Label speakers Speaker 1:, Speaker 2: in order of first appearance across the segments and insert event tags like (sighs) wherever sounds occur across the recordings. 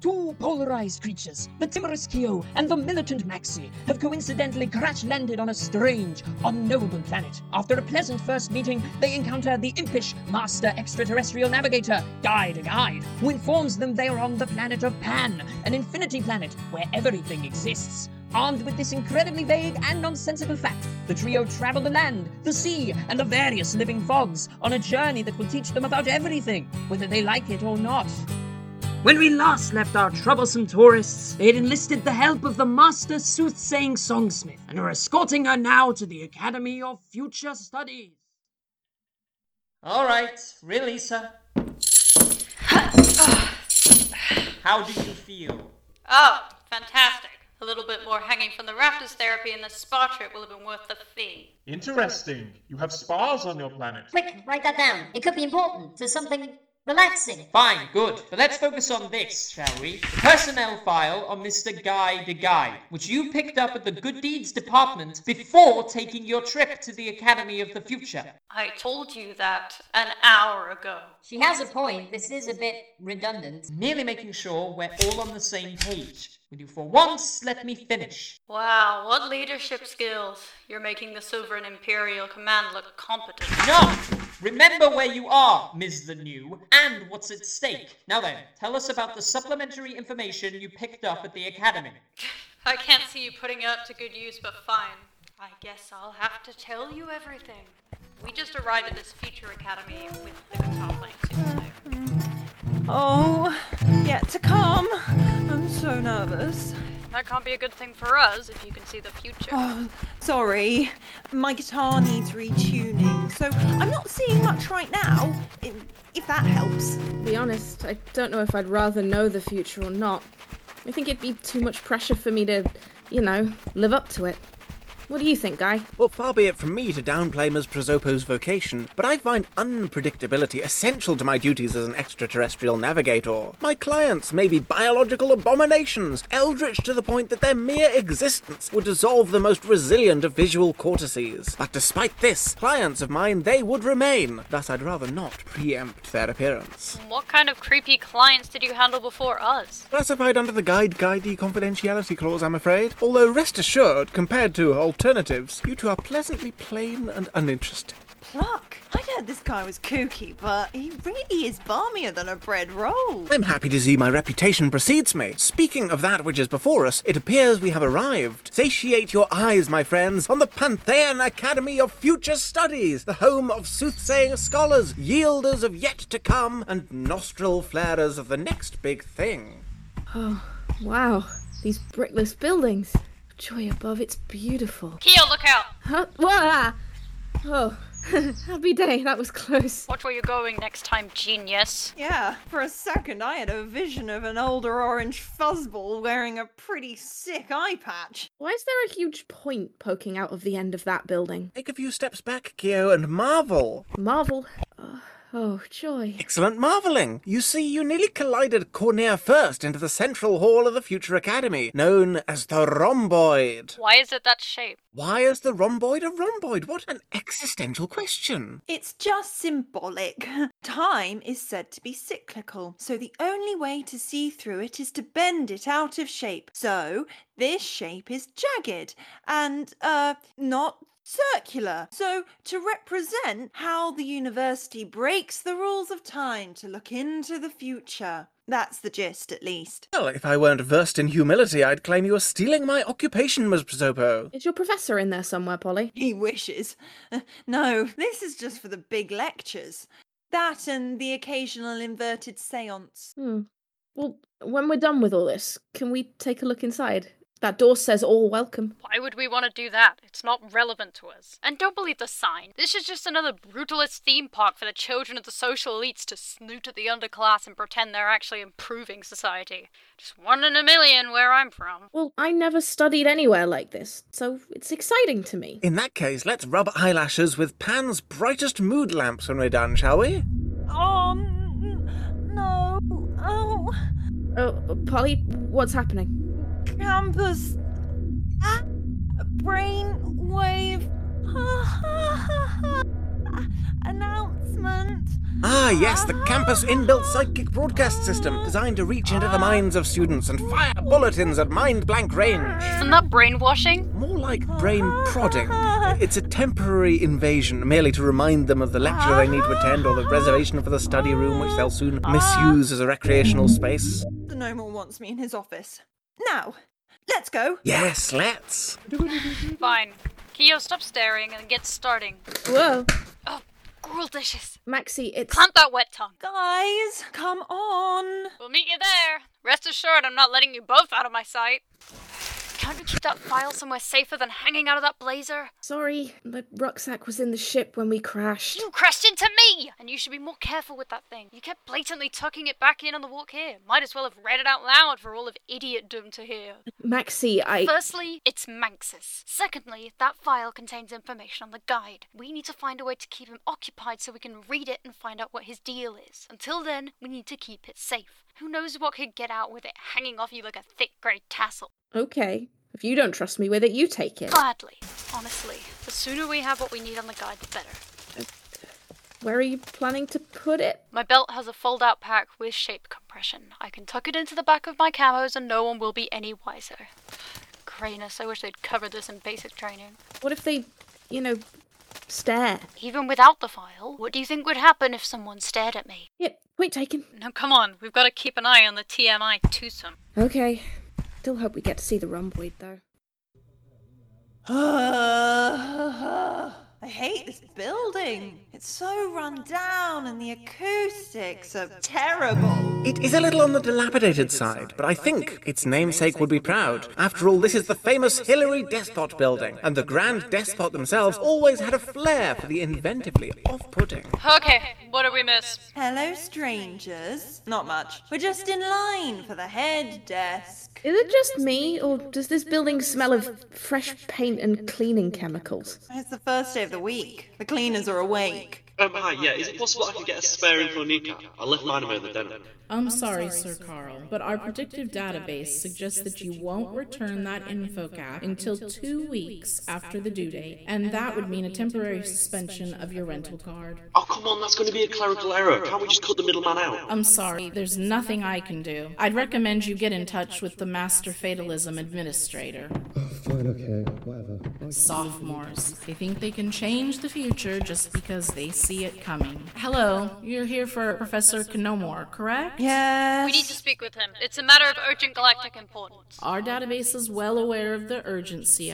Speaker 1: Two polarized creatures, the timorous Keo and the militant Maxi, have coincidentally crash landed on a strange, unknowable planet. After a pleasant first meeting, they encounter the impish Master Extraterrestrial Navigator, Guide Guide, who informs them they are on the planet of Pan, an infinity planet where everything exists. Armed with this incredibly vague and nonsensical fact, the trio travel the land, the sea, and the various living fogs on a journey that will teach them about everything, whether they like it or not. When we last left our troublesome tourists, they had enlisted the help of the master soothsaying songsmith and are escorting her now to the Academy of Future Studies.
Speaker 2: All right, release her. How do you feel?
Speaker 3: Oh, fantastic. A little bit more hanging from the rafters therapy and the spa trip will have been worth the fee.
Speaker 4: Interesting. You have spas on your planet.
Speaker 5: Quick, write that down. It could be important to something relaxing.
Speaker 2: Fine, good. But let's focus on this, shall we? Personnel file on Mr. Guy the Guy, which you picked up at the Good Deeds Department before taking your trip to the Academy of the Future.
Speaker 3: I told you that an hour ago.
Speaker 5: She has a point. This is a bit redundant.
Speaker 2: Merely making sure we're all on the same page. Will you for once let me finish?
Speaker 3: Wow, what leadership skills. You're making the Sovereign Imperial Command look competent.
Speaker 2: No! Remember where you are, Ms. The New, and what's at stake. Now then, tell us about the supplementary information you picked up at the Academy.
Speaker 3: I can't see you putting it up to good use, but fine. I guess I'll have to tell you everything. We just arrived at this future academy with the guitar playing superstar.
Speaker 6: Oh, yet to come. I'm so nervous.
Speaker 3: That can't be a good thing for us if you can see the future.
Speaker 6: Oh, sorry. My guitar needs retuning, so I'm not seeing much right now, i- if that helps.
Speaker 7: be honest, I don't know if I'd rather know the future or not. I think it'd be too much pressure for me to, you know, live up to it. What do you think, Guy?
Speaker 8: Well, far be it from me to downplay Ms. Prosopo's vocation, but I find unpredictability essential to my duties as an extraterrestrial navigator. My clients may be biological abominations, eldritch to the point that their mere existence would dissolve the most resilient of visual cortices. But despite this, clients of mine they would remain. Thus, I'd rather not preempt their appearance.
Speaker 3: What kind of creepy clients did you handle before us?
Speaker 8: Classified under the Guide Guidey confidentiality clause, I'm afraid. Although, rest assured, compared to alternatives, you two are pleasantly plain and uninteresting.
Speaker 6: Pluck. I'd heard this guy was kooky, but he really is balmier than a bread roll.
Speaker 8: I'm happy to see my reputation precedes me. Speaking of that which is before us, it appears we have arrived. Satiate your eyes, my friends, on the Pantheon Academy of Future Studies, the home of soothsaying scholars, yielders of yet to come, and nostril flarers of the next big thing.
Speaker 7: Wow, these brickless buildings. Joy above, it's beautiful.
Speaker 3: Keo, look out!
Speaker 7: Huh? Wah! Oh, (laughs) happy day, that was close.
Speaker 3: Watch where you're going next time, genius.
Speaker 6: Yeah, for a second I had a vision of an older orange fuzzball wearing a pretty sick eye patch.
Speaker 7: Why is there a huge point poking out of the end of that building?
Speaker 8: Take a few steps back, Keo, and marvel.
Speaker 7: Marvel. Oh, oh, joy.
Speaker 8: Excellent marveling! You see, you nearly collided cornea first into the central hall of the Future Academy, known as the Rhomboid.
Speaker 3: Why is it that shape?
Speaker 8: Why is the rhomboid a rhomboid? What an existential question.
Speaker 6: It's just symbolic. (laughs) Time is said to be cyclical, so the only way to see through it is to bend it out of shape. So this shape is jagged and, uh, not circular. So to represent how the university breaks the rules of time to look into the future. That's the gist, at least.
Speaker 8: Well, if I weren't versed in humility, I'd claim you were stealing my occupation, Ms. Prosopo.
Speaker 7: Is your professor in there somewhere, Polly?
Speaker 6: He wishes. (laughs) Uh, No, this is just for the big lectures. That and the occasional inverted seance.
Speaker 7: Hmm. Well, when we're done with all this, can we take a look inside? That door says all welcome.
Speaker 3: Why would we want to do that? It's not relevant to us. And don't believe the sign. This is just another brutalist theme park for the children of the social elites to snoot at the underclass and pretend they're actually improving society. Just one in a million where I'm from.
Speaker 7: Well, I never studied anywhere like this, so it's exciting to me.
Speaker 8: In that case, let's rub eyelashes with Pan's brightest mood lamps when we're done, shall we?
Speaker 6: Oh, n- no. Oh,
Speaker 7: Oh, Polly, what's happening?
Speaker 6: campus. Ah, brainwave. announcement.
Speaker 8: Ah, yes, the campus inbuilt psychic broadcast system designed to reach into the minds of students and fire bulletins at mind blank range.
Speaker 3: Isn't that brainwashing?
Speaker 8: More like brain prodding. It's a temporary invasion merely to remind them of the lecture they need to attend or the reservation for the study room, which they'll soon misuse as a recreational space.
Speaker 6: The gnomon wants me in his office. Now, let's go.
Speaker 8: Yes, let's.
Speaker 3: Fine. Kyo, stop staring and get starting.
Speaker 7: Whoa,
Speaker 3: Oh, gruel dishes.
Speaker 7: Maxie, it's
Speaker 3: Clamp that wet tongue.
Speaker 6: Guys, come on. (sighs)
Speaker 3: We'll meet you there. Rest assured, I'm not letting you both out of my sight. Can't you keep that file somewhere safer than hanging out of that blazer?
Speaker 7: sorry. My rucksack was in the ship when we crashed.
Speaker 3: You crashed into me! And you should be more careful with that thing. You kept blatantly tucking it back in on the walk here. Might as well have read it out loud for all of idiotdom to hear.
Speaker 7: Maxie, I.
Speaker 3: Firstly, it's Manxus. Secondly, that file contains information on the guide. We need to find a way to keep him occupied so we can read it and find out what his deal is. Until then, we need to keep it safe. Who knows what could get out with it hanging off you like a thick grey tassel?
Speaker 7: Okay. If you don't trust me with it, you take it.
Speaker 3: Gladly. Honestly, the sooner we have what we need on the guide, the better.
Speaker 7: Where are you planning to put it?
Speaker 3: My belt has a fold out pack with shape compression. I can tuck it into the back of my camos and no one will be any wiser. Cranus, I wish they'd covered this in basic training.
Speaker 7: What if they, you know, stare?
Speaker 3: Even without the file, what do you think would happen if someone stared at me?
Speaker 7: Yep, point taken.
Speaker 3: No, come on, we've got to keep an eye on the TMI twosome.
Speaker 7: Okay. Still hope we get to see the rhomboid, though.
Speaker 6: (sighs) I hate this building. It's so run down and the acoustics are terrible.
Speaker 8: It is a little on the dilapidated side, but I think its namesake would be proud. After all, this is the famous Hillary Despot building, and the Grand Despot themselves always had a flair for the inventively off putting.
Speaker 3: Okay, what did we miss?
Speaker 6: Hello, strangers. Not much. We're just in line for the head desk.
Speaker 7: Is it just me, or does this building smell of fresh paint and cleaning chemicals?
Speaker 6: It's the first day of the week. The cleaners are awake.
Speaker 9: Um, hi, yeah, is it possible I could get a spare info kneecap? I left mine away in the denim.
Speaker 10: I'm sorry, Sir Carl, but our predictive database suggests that you won't return that info cap until two weeks after the due date, and that would mean a temporary suspension of your rental card.
Speaker 9: Oh, come on, that's going to be a clerical error. Can't we just cut the middleman out?
Speaker 10: I'm sorry, there's nothing I can do. I'd recommend you get in touch with the Master Fatalism Administrator.
Speaker 11: Fine, okay, whatever.
Speaker 10: Sophomores. They think they can change the future just because they see it coming. Hello, you're here for Professor Knomor, correct?
Speaker 6: Yes.
Speaker 3: We need to speak with him. It's a matter of urgent galactic importance.
Speaker 10: Our database is well aware of the urgency,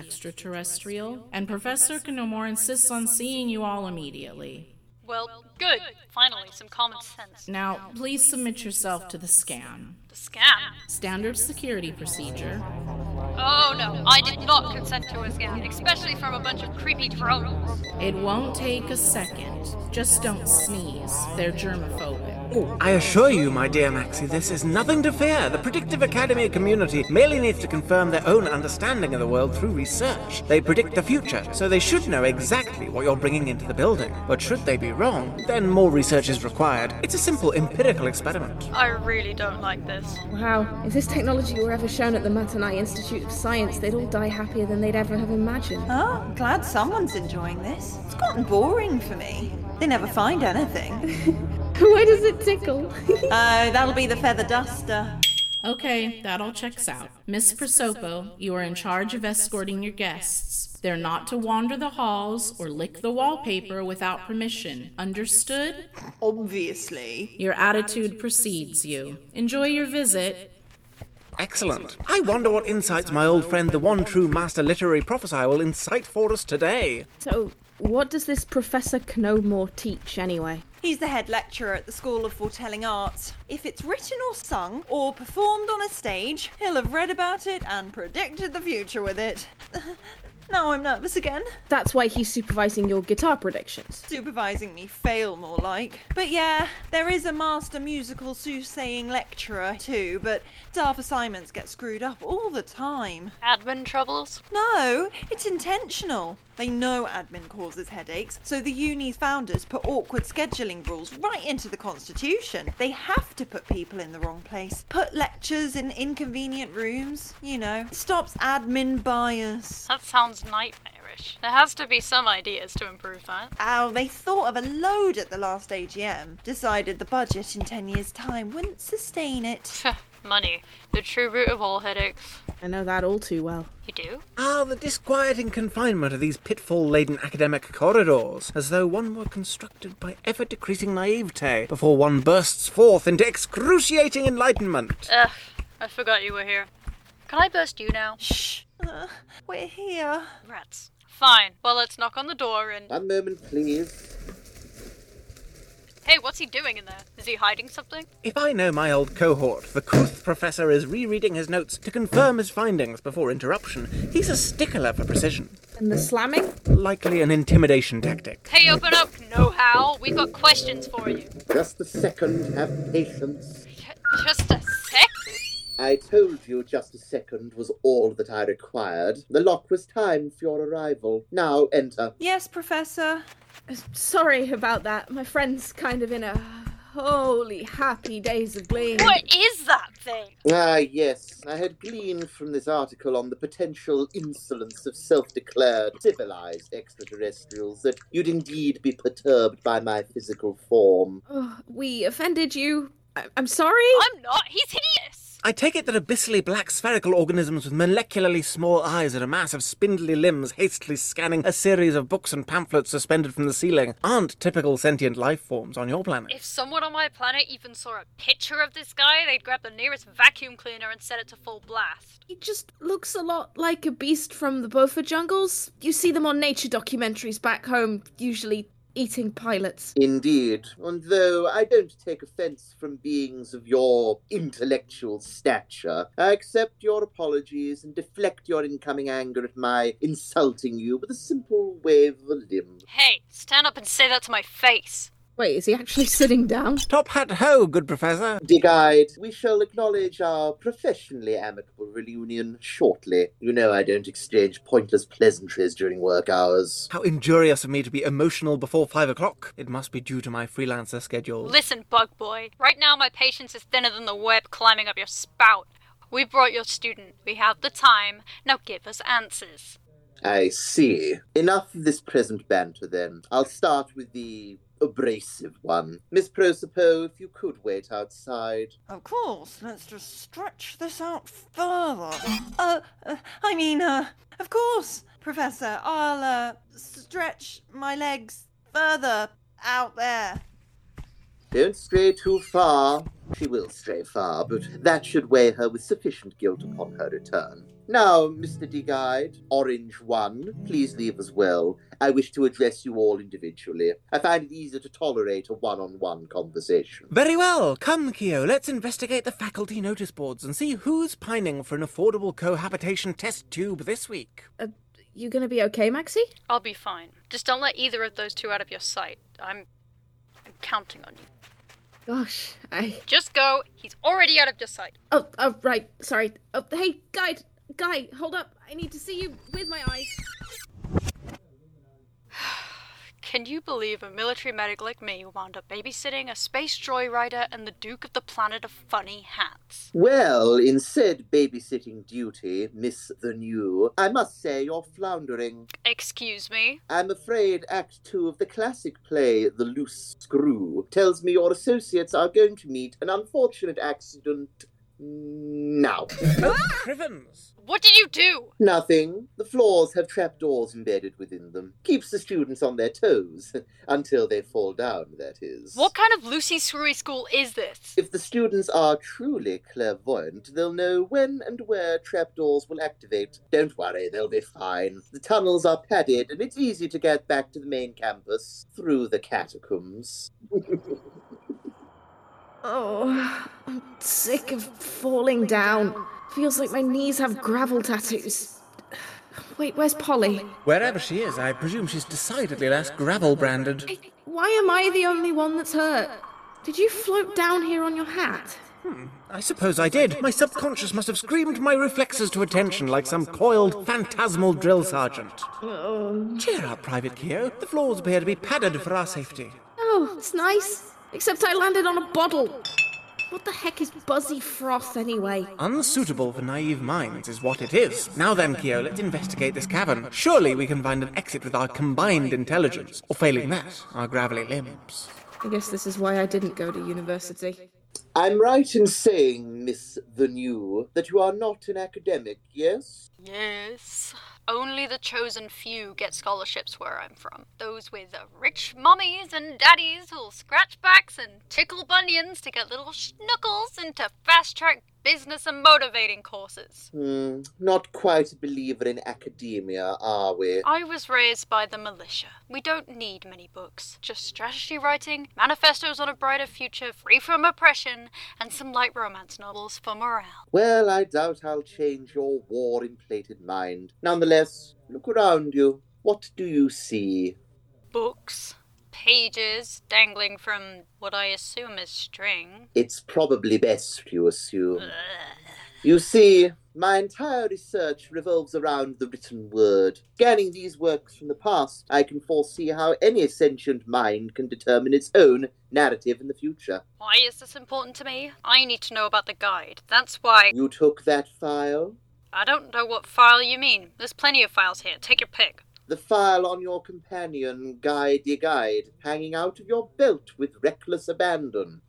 Speaker 10: extraterrestrial, and Professor Knomor insists on seeing you all immediately.
Speaker 3: Well, good. Finally, some common sense.
Speaker 10: Now, please submit yourself to the scan.
Speaker 3: The scam?
Speaker 10: Standard security procedure.
Speaker 3: Oh no, I did not consent to a scam, especially from a bunch of creepy drones.
Speaker 10: It won't take a second. Just don't sneeze. They're germophobic.
Speaker 8: Oh, I assure you, my dear Maxie, this is nothing to fear. The Predictive Academy community merely needs to confirm their own understanding of the world through research. They predict the future, so they should know exactly what you're bringing into the building. But should they be wrong, then more research is required. It's a simple empirical experiment.
Speaker 3: I really don't like this.
Speaker 7: Wow, if this technology were ever shown at the Matanai Institute of Science, they'd all die happier than they'd ever have imagined.
Speaker 6: Oh, glad someone's enjoying this. It's gotten boring for me. They never find anything.
Speaker 7: (laughs) Why does it tickle?
Speaker 6: Oh, that'll be the feather duster.
Speaker 10: Okay, that all checks out. Miss Prosopo, you are in charge of escorting your guests. They're not to wander the halls or lick the wallpaper without permission. Understood?
Speaker 6: Obviously.
Speaker 10: Your attitude precedes you. Enjoy your visit.
Speaker 8: Excellent. I wonder what insights my old friend, the one true master literary prophesy, will incite for us today.
Speaker 7: so, what does this Professor Knomore teach anyway?
Speaker 6: He's the head lecturer at the School of Foretelling Arts. If it's written or sung or performed on a stage, he'll have read about it and predicted the future with it. (laughs) now I'm nervous again.
Speaker 7: That's why he's supervising your guitar predictions.
Speaker 6: Supervising me fail more like. But yeah, there is a master musical soothsaying lecturer too, but staff assignments get screwed up all the time.
Speaker 3: Admin troubles?
Speaker 6: No, it's intentional. They know admin causes headaches, so the uni's founders put awkward scheduling rules right into the constitution. They have to put people in the wrong place, put lectures in inconvenient rooms, you know. It stops admin bias.
Speaker 3: That sounds nightmarish. There has to be some ideas to improve that.
Speaker 6: Ow, Oh, they thought of a load at the last AGM, decided the budget in 10 years' time wouldn't sustain it.
Speaker 3: Money, the true root of all headaches.
Speaker 7: I know that all too well.
Speaker 3: You do?
Speaker 8: Ah, the disquieting confinement of these pitfall laden academic corridors, as though one were constructed by ever decreasing naivete before one bursts forth into excruciating enlightenment.
Speaker 3: Ugh, I forgot you were here. Can I burst you now?
Speaker 6: Shh. Uh, we're here.
Speaker 3: Rats. Fine. Well, let's knock on the door and.
Speaker 12: One moment, please.
Speaker 3: Hey, what's he doing in there? Is he hiding something?
Speaker 8: If I know my old cohort, the Kruth professor is rereading his notes to confirm his findings before interruption. He's a stickler for precision.
Speaker 7: And the slamming?
Speaker 8: Likely an intimidation tactic.
Speaker 3: Hey, open up, know how. We've got questions for you.
Speaker 12: Just a second, have patience.
Speaker 3: J- just a sec?
Speaker 12: I told you just a second was all that I required. The lock was timed for your arrival. Now enter.
Speaker 6: Yes, Professor.
Speaker 7: Uh, Sorry about that. My friend's kind of in a holy happy days of glee.
Speaker 3: What is that thing?
Speaker 12: Ah, yes. I had gleaned from this article on the potential insolence of self declared civilized extraterrestrials that you'd indeed be perturbed by my physical form.
Speaker 7: Oh, we offended you. I- I'm sorry.
Speaker 3: I'm not. He's hideous.
Speaker 8: I take it that abyssally black spherical organisms with molecularly small eyes and a mass of spindly limbs hastily scanning a series of books and pamphlets suspended from the ceiling aren't typical sentient life forms on your planet.
Speaker 3: If someone on my planet even saw a picture of this guy, they'd grab the nearest vacuum cleaner and set it to full blast.
Speaker 7: He just looks a lot like a beast from the Bofa jungles. You see them on nature documentaries back home, usually eating pilots.
Speaker 12: Indeed. And though I don't take offence from beings of your intellectual stature, I accept your apologies and deflect your incoming anger at my insulting you with a simple wave of a limb.
Speaker 3: Hey, stand up and say that to my face.
Speaker 7: Wait, is he actually (laughs) sitting down?
Speaker 8: Top hat ho, good professor.
Speaker 12: Dig-eyed, we shall acknowledge our professionally amicable reunion shortly. You know I don't exchange pointless pleasantries during work hours.
Speaker 8: How injurious of me to be emotional before five o'clock. It must be due to my freelancer schedule.
Speaker 3: Listen, bug boy. Right now, my patience is thinner than the web climbing up your spout. We brought your student. We have the time. Now give us answers.
Speaker 12: I see. Enough of this present banter then. I'll start with the abrasive one. Miss Prosopo, if you could wait outside.
Speaker 6: Of course, let's just stretch this out further. Uh, uh, I mean, uh, of course, Professor, I'll, uh, stretch my legs further out there.
Speaker 12: Don't stray too far. She will stray far, but that should weigh her with sufficient guilt upon her return. Now, Mr. DeGuide, Orange One, please leave as well. I wish to address you all individually. I find it easier to tolerate a one on one conversation.
Speaker 8: Very well. Come, Keo, let's investigate the faculty notice boards and see who's pining for an affordable cohabitation test tube this week.
Speaker 7: Uh, you gonna be okay, Maxie?
Speaker 3: I'll be fine. Just don't let either of those two out of your sight. I'm. I'm counting on you.
Speaker 7: Gosh, I.
Speaker 3: Just go. He's already out of your sight.
Speaker 7: Oh, oh, right. Sorry. Oh, hey, guide, guy, hold up. I need to see you with my eyes.
Speaker 3: (sighs) Can you believe a military medic like me wound up babysitting a space joyrider and the Duke of the Planet of Funny Hats?
Speaker 12: Well, in said babysitting duty, Miss the New, I must say you're floundering.
Speaker 3: Excuse me?
Speaker 12: I'm afraid Act Two of the classic play, The Loose Screw, tells me your associates are going to meet an unfortunate accident now.
Speaker 8: Crivens!
Speaker 3: What did you do?
Speaker 12: Nothing. The floors have trapdoors embedded within them. Keeps the students on their toes. (laughs) Until they fall down, that is.
Speaker 3: What kind of Lucy Screwy school is this?
Speaker 12: If the students are truly clairvoyant, they'll know when and where trapdoors will activate. Don't worry, they'll be fine. The tunnels are padded, and it's easy to get back to the main campus through the catacombs.
Speaker 7: Oh, I'm sick of falling down. Feels like my knees have gravel tattoos. Wait, where's Polly?
Speaker 8: Wherever she is, I presume she's decidedly less gravel branded.
Speaker 7: Why am I the only one that's hurt? Did you float down here on your hat?
Speaker 8: I suppose I did. My subconscious must have screamed my reflexes to attention like some coiled, phantasmal drill sergeant.
Speaker 7: Oh.
Speaker 8: Cheer up, Private Keogh. The floors appear to be padded for our safety.
Speaker 7: Oh, it's nice. Except I landed on a bottle. What the heck is buzzy froth anyway?
Speaker 8: Unsuitable for naive minds is what it is. Now then, Keo, let's investigate this cavern. Surely we can find an exit with our combined intelligence, or failing that, our gravelly limbs.
Speaker 7: I guess this is why I didn't go to university.
Speaker 12: I'm right in saying, Miss the New, that you are not an academic, yes?
Speaker 3: Yes. Only the chosen few get scholarships where I'm from. Those with uh, rich mummies and daddies who'll scratch backs and tickle bunions to get little schnuckles into fast track business and motivating courses.
Speaker 12: Hmm, not quite a believer in academia, are we?
Speaker 3: I was raised by the militia. We don't need many books, just strategy writing, manifestos on a brighter future free from oppression, and some light romance novels for morale.
Speaker 12: Well, I doubt I'll change your war inflated mind. Nonetheless, look around you. What do you see?
Speaker 3: Books, pages dangling from what I assume is string.
Speaker 12: It's probably best you assume. You see, my entire research revolves around the written word. Scanning these works from the past, I can foresee how any sentient mind can determine its own narrative in the future.
Speaker 3: Why is this important to me? I need to know about the guide. That's why.
Speaker 12: You took that file?
Speaker 3: I don't know what file you mean. There's plenty of files here. Take your pick.
Speaker 12: The file on your companion, Guide Ye Guide, hanging out of your belt with reckless abandon.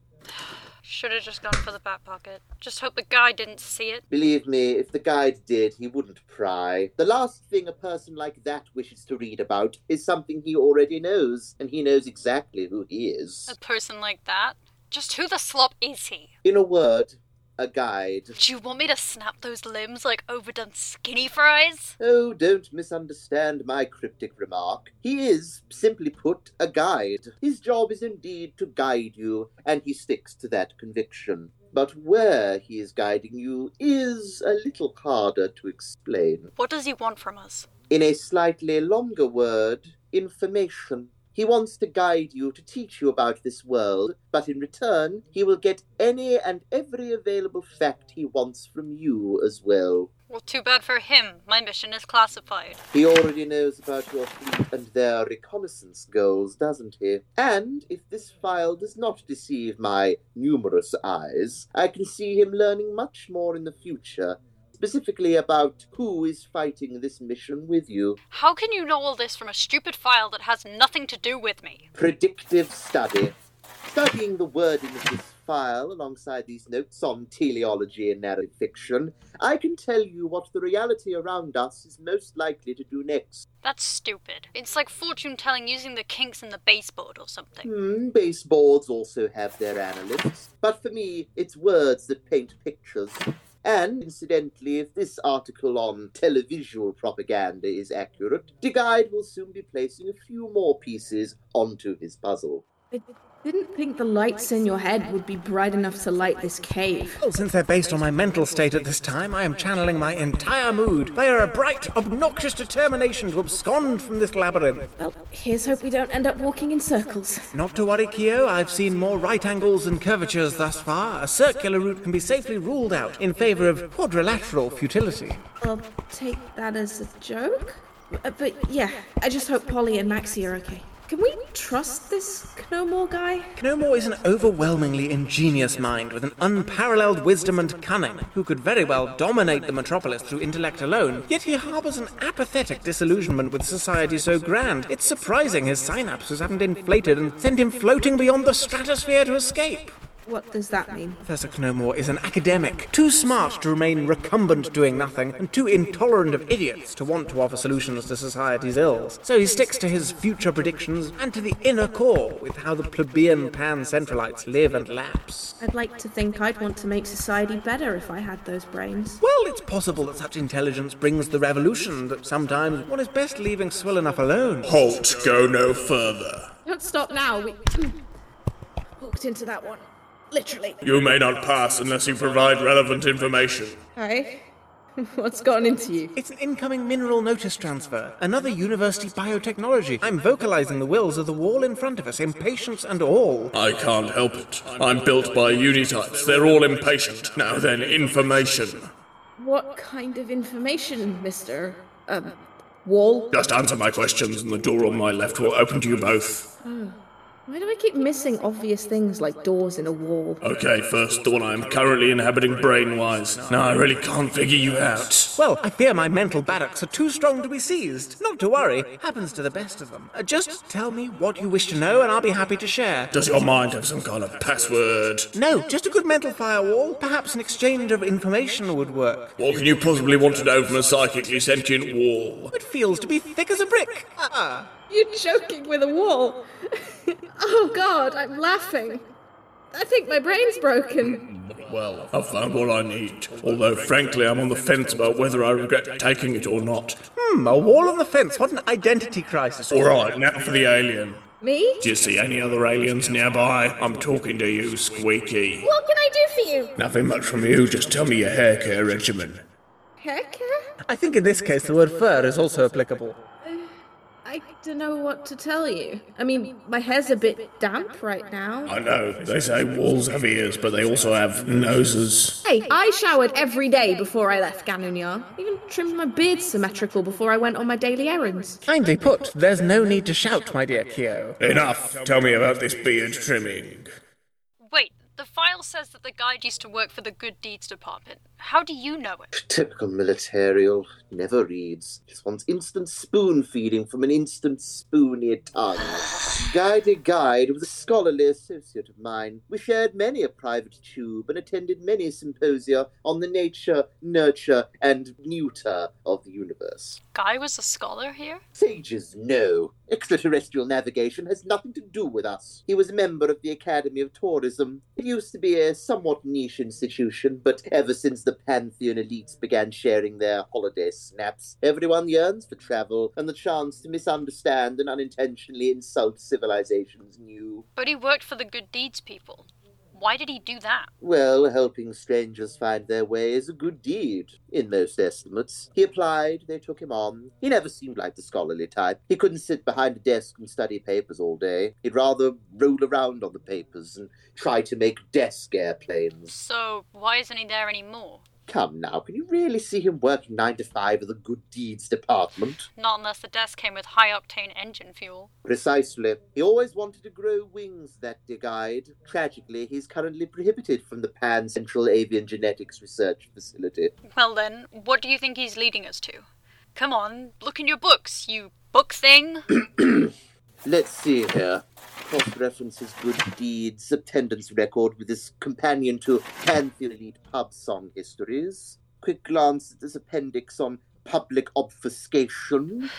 Speaker 3: Should have just gone for the back pocket. Just hope the guy didn't see it.
Speaker 12: Believe me, if the guide did, he wouldn't pry. The last thing a person like that wishes to read about is something he already knows, and he knows exactly who he is.
Speaker 3: A person like that? Just who the slop is he?
Speaker 12: In a word, a guide.
Speaker 3: Do you want me to snap those limbs like overdone skinny fries?
Speaker 12: Oh, don't misunderstand my cryptic remark. He is, simply put, a guide. His job is indeed to guide you, and he sticks to that conviction. But where he is guiding you is a little harder to explain.
Speaker 3: What does he want from us?
Speaker 12: In a slightly longer word, information. He wants to guide you to teach you about this world, but in return, he will get any and every available fact he wants from you as well.
Speaker 3: Well, too bad for him. My mission is classified.
Speaker 12: He already knows about your fleet and their reconnaissance goals, doesn't he? And if this file does not deceive my numerous eyes, I can see him learning much more in the future, specifically about who is fighting this mission with you.
Speaker 3: How can you know all this from a stupid file that has nothing to do with me?
Speaker 12: predictive study. Studying the wording of this file alongside these notes on teleology and narrative fiction, I can tell you what the reality around us is most likely to do next.
Speaker 3: That's stupid. It's like fortune telling using the kinks in the baseboard or something.
Speaker 12: Hmm, baseboards also have their analysts, but for me, it's words that paint pictures. And incidentally, if this article on televisual propaganda is accurate, De Guide will soon be placing a few more pieces onto his puzzle.
Speaker 7: Didn't think the lights in your head would be bright enough to light this cave.
Speaker 8: Well, since they're based on my mental state at this time, I am channeling my entire mood. They are a bright, obnoxious determination to abscond from this labyrinth.
Speaker 7: Well, here's hope we don't end up walking in circles.
Speaker 8: Not to worry, Keo. I've seen more right angles and curvatures thus far. A circular route can be safely ruled out in favor of quadrilateral futility.
Speaker 7: I'll take that as a joke. Uh, But yeah, I just hope Polly and Maxie are okay. Can we trust this Knomore guy?
Speaker 8: Knomor is an overwhelmingly ingenious mind with an unparalleled wisdom and cunning, who could very well dominate the metropolis through intellect alone, yet he harbours an apathetic disillusionment with society so grand, it's surprising his synapses haven't inflated and sent him floating beyond the stratosphere to escape.
Speaker 7: What does that mean?
Speaker 8: Professor Knomor is an academic, too smart to remain recumbent doing nothing, and too intolerant of idiots to want to offer solutions to society's ills. So he sticks to his future predictions and to the inner core with how the plebeian pan centralites live and lapse.
Speaker 7: I'd like to think I'd want to make society better if I had those brains.
Speaker 8: Well, it's possible that such intelligence brings the revolution that sometimes one is best leaving swell enough alone.
Speaker 13: Halt, go no further.
Speaker 7: Don't stop now. We (clears throat) walked into that one. Literally.
Speaker 13: You may not pass unless you provide relevant information.
Speaker 7: Hey. (laughs) What's gotten into you?
Speaker 8: It's an incoming mineral notice transfer. Another university biotechnology. I'm vocalizing the wills of the wall in front of us, impatience and all.
Speaker 13: I can't help it. I'm built by unitypes. They're all impatient. Now then, information.
Speaker 7: What kind of information, Mr. Um, Wall?
Speaker 13: Just answer my questions, and the door on my left will open to you both.
Speaker 7: Oh. Why do I keep missing obvious things like doors in a wall?
Speaker 8: Oh,
Speaker 13: Okay, first, the one I'm currently inhabiting brain wise. Now I really can't figure you out.
Speaker 8: Well, I fear my mental barracks are too strong to be seized. Not to worry, happens to the best of them. Uh, Just tell me what you wish to know, and I'll be happy to share.
Speaker 13: Does your mind have some kind of password?
Speaker 8: No, just a good mental firewall. Perhaps an exchange of information would work.
Speaker 13: What can you possibly want to know from a psychically sentient wall?
Speaker 8: It feels to be thick as a brick. Uh-uh.
Speaker 7: You're joking with a wall. oh god, I'm laughing. I think my brain's broken.
Speaker 13: Well, I've found what I need. Although, frankly, I'm on the fence about whether I regret taking it or not.
Speaker 8: Hmm, a wall on the fence. What an identity crisis.
Speaker 13: Alright, now for the alien.
Speaker 7: Me?
Speaker 13: Do you see any other aliens nearby? I'm talking to you, Squeaky.
Speaker 14: What can I do for you?
Speaker 13: Nothing much from you, just tell me your hair care regimen.
Speaker 7: Heck?
Speaker 8: I think in this case the word fur is also applicable.
Speaker 7: I don't know what to tell you. I mean, my hair's a bit damp right now.
Speaker 13: I know, they say walls have ears, but they also have noses.
Speaker 7: Hey, I showered every day before I left Ganunyar. Even trimmed my beard symmetrical before I went on my daily errands.
Speaker 8: Kindly put, there's no need to shout, my dear Keo.
Speaker 13: Enough! Tell me about this beard trimming.
Speaker 3: Wait, the file says that the guide used to work for the Good Deeds Department. How do you know it?
Speaker 12: Typical militarial never reads. Just wants instant spoon feeding from an instant spoon near tongue. Guided guide was a scholarly associate of mine. We shared many a private tube and attended many symposia on the nature, nurture, and neuter of the universe.
Speaker 3: Guy was a scholar here?
Speaker 12: Sages, no. Extraterrestrial navigation has nothing to do with us. He was a member of the Academy of Tourism. It used to be a somewhat niche institution, but ever since the Pantheon elites began sharing their holiday snaps, everyone yearns for travel and the chance to misunderstand and unintentionally insult civilizations new.
Speaker 3: But he worked for the Good Deeds people. Why did he do that?
Speaker 12: Well, helping strangers find their way is a good deed, in most estimates. He applied, they took him on. He never seemed like the scholarly type. He couldn't sit behind a desk and study papers all day. He'd rather roll around on the papers and try to make desk airplanes.
Speaker 3: So, why isn't he there anymore?
Speaker 12: Come now, can you really see him working nine to five at the Good Deeds Department?
Speaker 3: Not unless the desk came with high octane engine fuel.
Speaker 12: Precisely. He always wanted to grow wings, that dear guide. Tragically, he's currently prohibited from the Pan Central Avian Genetics Research Facility.
Speaker 3: Well then, what do you think he's leading us to? Come on, look in your books, you book thing!
Speaker 12: Let's see here. Cross references good deeds, attendance record with his companion to Pantheon Elite pub song histories. Quick glance at this appendix on public obfuscation.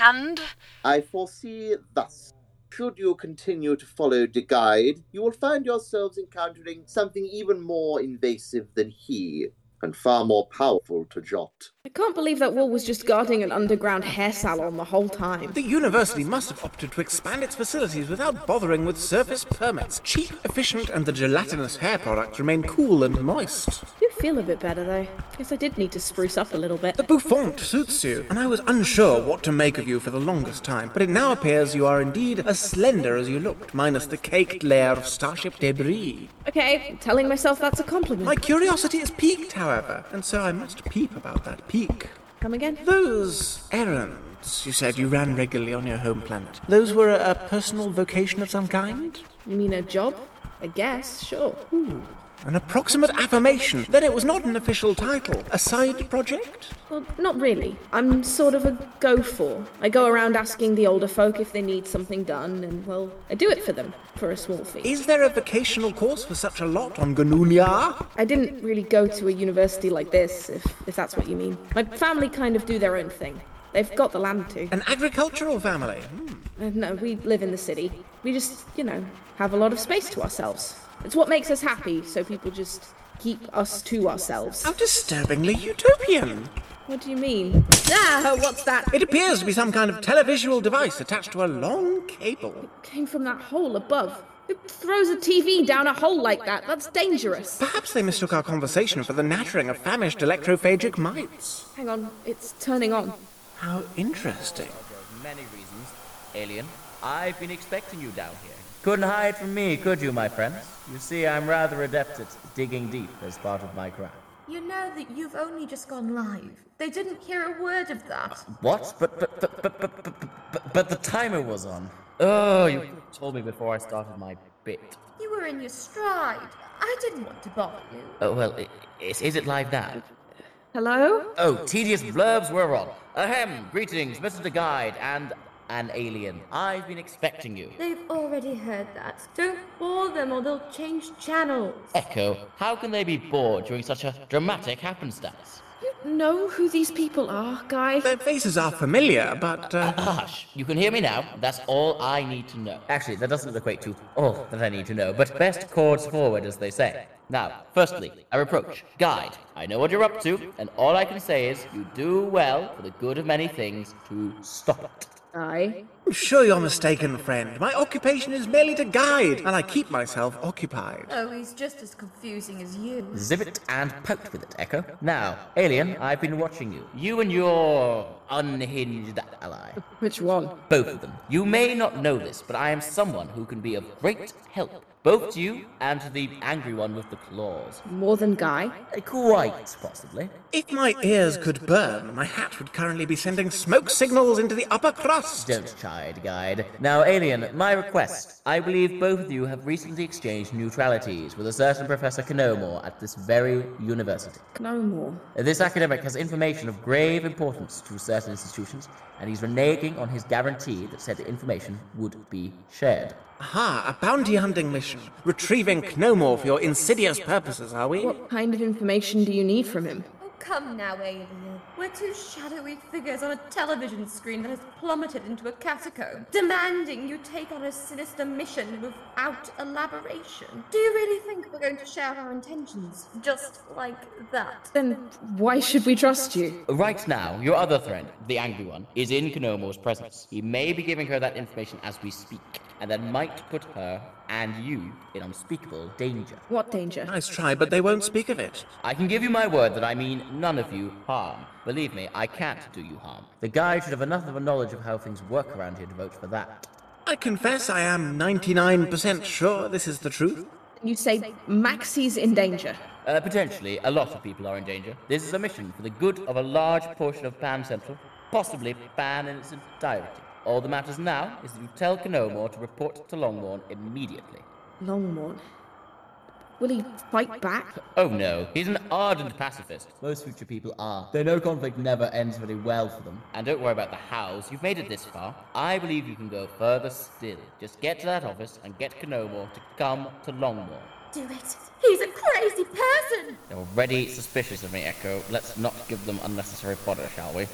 Speaker 3: and?
Speaker 12: I foresee thus. Should you continue to follow the guide, you will find yourselves encountering something even more invasive than he, and far more powerful to jot.
Speaker 7: I can't believe that wall was just guarding an underground hair salon the whole time.
Speaker 8: The university must have opted to expand its facilities without bothering with surface permits. Cheap, efficient, and the gelatinous hair products remain cool and moist.
Speaker 7: I do feel a bit better though. Guess I did need to spruce up a little bit.
Speaker 8: The bouffant suits you, and I was unsure what to make of you for the longest time, but it now appears you are indeed as slender as you looked, minus the caked layer of starship debris.
Speaker 7: Okay, I'm telling myself that's a compliment.
Speaker 8: My curiosity is piqued, however, and so I must peep about that peak.
Speaker 7: Come again?
Speaker 8: Those errands you said you ran regularly on your home planet, those were a, a personal vocation of some kind?
Speaker 7: You mean a job? I guess, sure.
Speaker 8: Ooh, an approximate affirmation that Hmm. it was not an official title, a side project?
Speaker 7: Well, not really. I'm sort of a go for. I go around asking the older folk if they need something done, and well, I do it for them for a small fee.
Speaker 8: Is there a vocational course for such a lot on Ganunia?
Speaker 7: I didn't really go to a university like this, if, if that's what you mean. My family kind of do their own thing. They've got the land to.
Speaker 8: An agricultural family? Hmm.
Speaker 7: Uh, No, we live in the city. We just, you know, have a lot of space to ourselves. It's what makes us happy, so people just keep us to ourselves.
Speaker 8: How disturbingly utopian!
Speaker 7: What do you mean? Ah, what's that?
Speaker 8: It appears to be some kind of televisual device attached to a long cable.
Speaker 7: Came from that hole above. throws a TV down a hole like that. That's dangerous.
Speaker 8: Perhaps they mistook our conversation for the nattering of famished electrophagic mites.
Speaker 7: Hang on, it's turning on.
Speaker 8: How interesting.
Speaker 14: many reasons. Alien, I've been expecting you down here. Couldn't hide from me, could you, my friends? You see, I'm rather adept at digging deep as part of my craft.
Speaker 15: You know that you've only just gone live. They didn't hear a word of that.
Speaker 14: What? But but but but but but, but- but, but the timer was on. Oh, you could've told me before I started my bit.
Speaker 15: You were in your stride. I didn't want to bother you.
Speaker 14: Oh well, i- is is it live now?
Speaker 7: Hello?
Speaker 14: Oh, tedious blurbs were on. Ahem, greetings, Mr. the Guide and an alien. I've been expecting you.
Speaker 15: They've already heard that. Don't bore them or they'll change channel.
Speaker 14: Echo, how can they be bored during such a dramatic happenstance?
Speaker 7: You know who these people are, guy?
Speaker 8: Their faces are familiar, but. Uh...
Speaker 14: (laughs) Hush, you can hear me now. That's all I need to know. Actually, that doesn't equate to all that I need to know, but best chords forward, as they say. Now, firstly, a reproach. Guide, I know what you're up to, and all I can say is you do well, for the good of many things, to stop it.
Speaker 7: Aye.
Speaker 8: I'm sure you're mistaken, friend. My occupation is merely to guide, and I keep myself occupied.
Speaker 15: Oh, he's just as confusing as you.
Speaker 14: Zip it and pout with it, Echo. Now, Alien, I've been watching you. You and your unhinged ally.
Speaker 7: Which one?
Speaker 14: Both of them. You may not know this, but I am someone who can be of great help, both to you and to the angry one with the claws. Eh,
Speaker 7: More than guy?
Speaker 14: Quite possibly.
Speaker 8: If my ears could burn, my hat would currently be sending smoke signals into the upper crust.
Speaker 14: Don't chide, guide. Now, Alien, my request. I believe both of you have recently exchanged neutralities with a certain Professor Kenomore at this very university.
Speaker 7: No more.
Speaker 14: This academic has information of grave importance to certain institutions, and he's reneging on his guarantee that said information would be shared.
Speaker 8: Aha, a bounty hunting mission. Retrieving Knomor for your insidious purposes, are we?
Speaker 7: What kind of information do you need from him?
Speaker 15: Oh, come now, alien. We're two shadowy figures on a television screen that has plummeted into a catacomb, demanding you take on a sinister mission without elaboration. Do you really think we're going to share our intentions just like that?
Speaker 7: Then why should we trust you?
Speaker 14: Right now, your other friend, the angry one, is in Konomo's presence. He may be giving her that information as we speak, and that might put her and you in unspeakable danger.
Speaker 7: What danger?
Speaker 8: Nice try, but they won't speak of it.
Speaker 14: I can give you my word that I mean none of you harm. Believe me, I can't do you harm. The guide should have enough of a knowledge of how things work around here to vote for that.
Speaker 8: I confess I am 99% sure this is the truth.
Speaker 7: You say Maxie's in danger.
Speaker 14: Uh, potentially, a lot of people are in danger. This is a mission for the good of a large portion of Pan Central, possibly Pan in its entirety. All that matters now is that you tell Kenomor to report to Longmorn immediately.
Speaker 7: Longmorn. Will he fight back?
Speaker 14: Oh no, he's an ardent pacifist. Most future people are. They know conflict never ends very well for them. And don't worry about the hows, you've made it this far. I believe you can go further still. Just get to that office and get Kenomor to come to Longmorn.
Speaker 15: Do it. He's a crazy person.
Speaker 14: They're already suspicious of me, Echo. Let's not give them unnecessary fodder, shall we?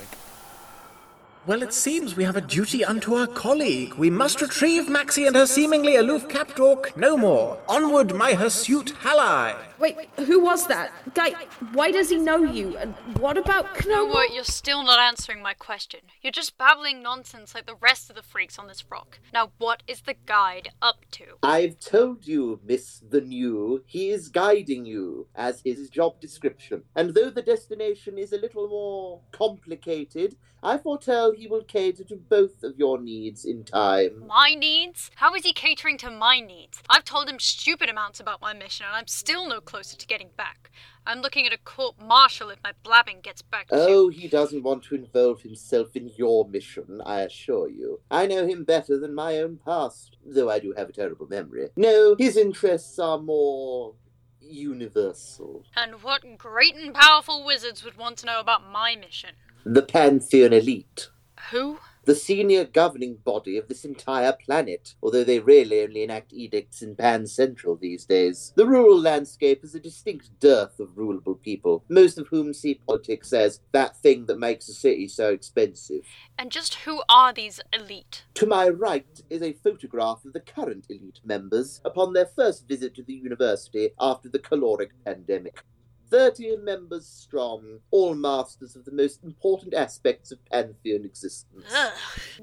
Speaker 8: Well, it seems we have a duty unto our colleague. We must retrieve Maxie and her seemingly aloof captor Knomor. Onward, my hirsute ally!
Speaker 7: Wait, who was that? Guy, why does he know you? And what about
Speaker 3: No,
Speaker 7: Knobo?
Speaker 3: what? You're still not answering my question. You're just babbling nonsense like the rest of the freaks on this rock. Now, what is the guide up to?
Speaker 12: I've told you, Miss the New, he is guiding you, as his job description. And though the destination is a little more complicated, I foretell he will cater to both of your needs in time.
Speaker 3: My needs? How is he catering to my needs? I've told him stupid amounts about my mission, and I'm still no closer to getting back. I'm looking at a court martial if my blabbing gets back to.
Speaker 12: Oh, he doesn't want to involve himself in your mission, I assure you. I know him better than my own past, though I do have a terrible memory. No, his interests are more universal.
Speaker 3: And what great and powerful wizards would want to know about my mission?
Speaker 12: The Pantheon elite.
Speaker 3: Who?
Speaker 12: the senior governing body of this entire planet, although they really only enact edicts in Pan Central these days. The rural landscape has a distinct dearth of rulable people, most of whom see politics as that thing that makes a city so expensive.
Speaker 3: And just who are these elite?
Speaker 12: To my right is a photograph of the current elite members upon their first visit to the university after the caloric pandemic. 30 members strong, all masters of the most important aspects of Pantheon existence.
Speaker 3: Ugh,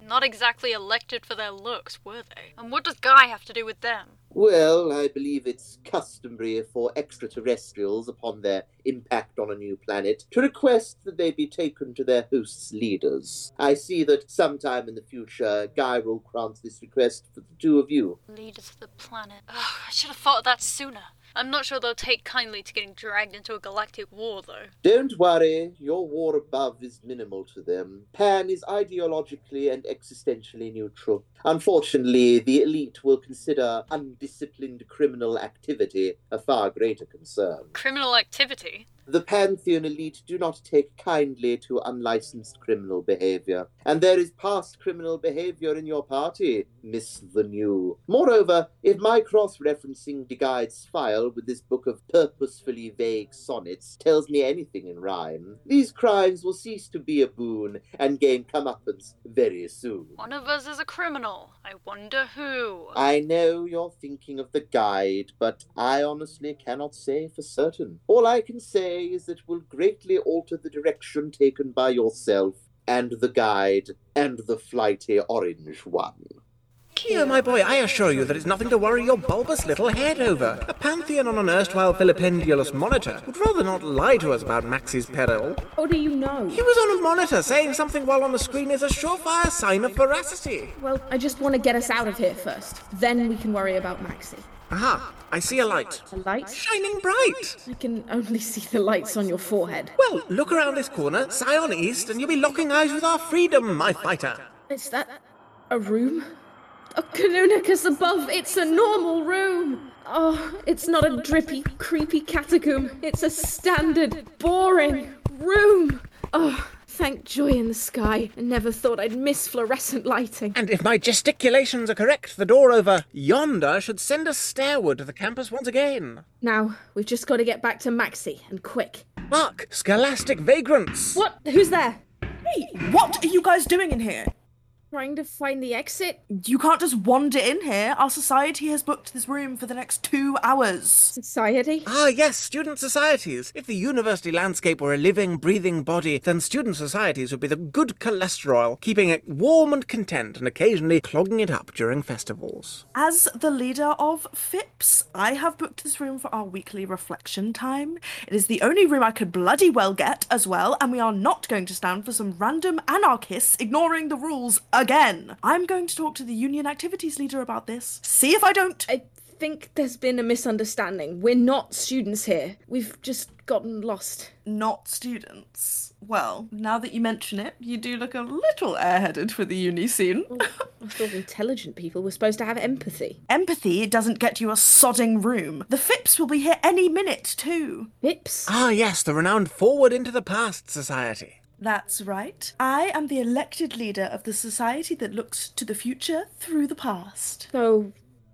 Speaker 3: not exactly elected for their looks, were they? And what does Guy have to do with them?
Speaker 12: Well, I believe it's customary for extraterrestrials, upon their impact on a new planet, to request that they be taken to their host's leaders. I see that sometime in the future, Guy will grant this request for the two of you.
Speaker 3: Leaders of the planet. Ugh, I should have thought of that sooner. I'm not sure they'll take kindly to getting dragged into a galactic war, though.
Speaker 12: Don't worry, your war above is minimal to them. Pan is ideologically and existentially neutral. Unfortunately, the elite will consider undisciplined criminal activity a far greater concern.
Speaker 3: Criminal activity?
Speaker 12: The Pantheon elite do not take kindly to unlicensed criminal behavior, and there is past criminal behavior in your party, Miss the New. Moreover, if my cross referencing De Guide's file with this book of purposefully vague sonnets tells me anything in rhyme, these crimes will cease to be a boon and gain comeuppance very soon.
Speaker 3: One of us is a criminal. I wonder who.
Speaker 12: I know you're thinking of the guide, but I honestly cannot say for certain. All I can say is it will greatly alter the direction taken by yourself and the guide and the flighty orange one.
Speaker 8: Here, my boy, I assure you that it's nothing to worry your bulbous little head over. A pantheon on an erstwhile Philippendulous monitor would rather not lie to us about Max's peril.
Speaker 7: How do you know?
Speaker 8: He was on a monitor saying something while on the screen is a surefire sign of veracity.
Speaker 7: Well, I just want to get us out of here first. Then we can worry about Maxie.
Speaker 8: Aha, I see a light.
Speaker 7: A light?
Speaker 8: Shining bright!
Speaker 7: I can only see the lights on your forehead.
Speaker 8: Well, look around this corner, scion east, and you'll be locking eyes with our freedom, my fighter.
Speaker 7: Is that a room? Oh, Canunicus above, it's a normal room! Oh, it's not a drippy, creepy catacomb. It's a standard, boring room! Oh, thank joy in the sky. I never thought I'd miss fluorescent lighting.
Speaker 8: And if my gesticulations are correct, the door over yonder should send us stairward to the campus once again.
Speaker 7: Now, we've just got to get back to Maxie, and quick.
Speaker 8: Hark! Scholastic vagrants!
Speaker 7: What? Who's there?
Speaker 16: Hey, what are you guys doing in here?
Speaker 7: Trying to find the exit?
Speaker 16: You can't just wander in here. Our society has booked this room for the next two hours.
Speaker 7: Society?
Speaker 8: Ah, yes, student societies. If the university landscape were a living, breathing body, then student societies would be the good cholesterol, keeping it warm and content and occasionally clogging it up during festivals.
Speaker 16: As the leader of FIPS, I have booked this room for our weekly reflection time. It is the only room I could bloody well get as well, and we are not going to stand for some random anarchists ignoring the rules again. I'm going to talk to the union activities leader about this. See if I don't.
Speaker 7: I think there's been a misunderstanding. We're not students here. We've just gotten lost.
Speaker 16: Not students. Well, now that you mention it, you do look a little airheaded for the uni scene.
Speaker 7: Oh, I thought intelligent people were supposed to have empathy.
Speaker 16: Empathy doesn't get you a sodding room. The Phipps will be here any minute, too.
Speaker 7: Phipps?
Speaker 8: Ah, yes, the renowned Forward into the Past Society.
Speaker 16: That's right. I am the elected leader of the society that looks to the future through the past.
Speaker 7: So,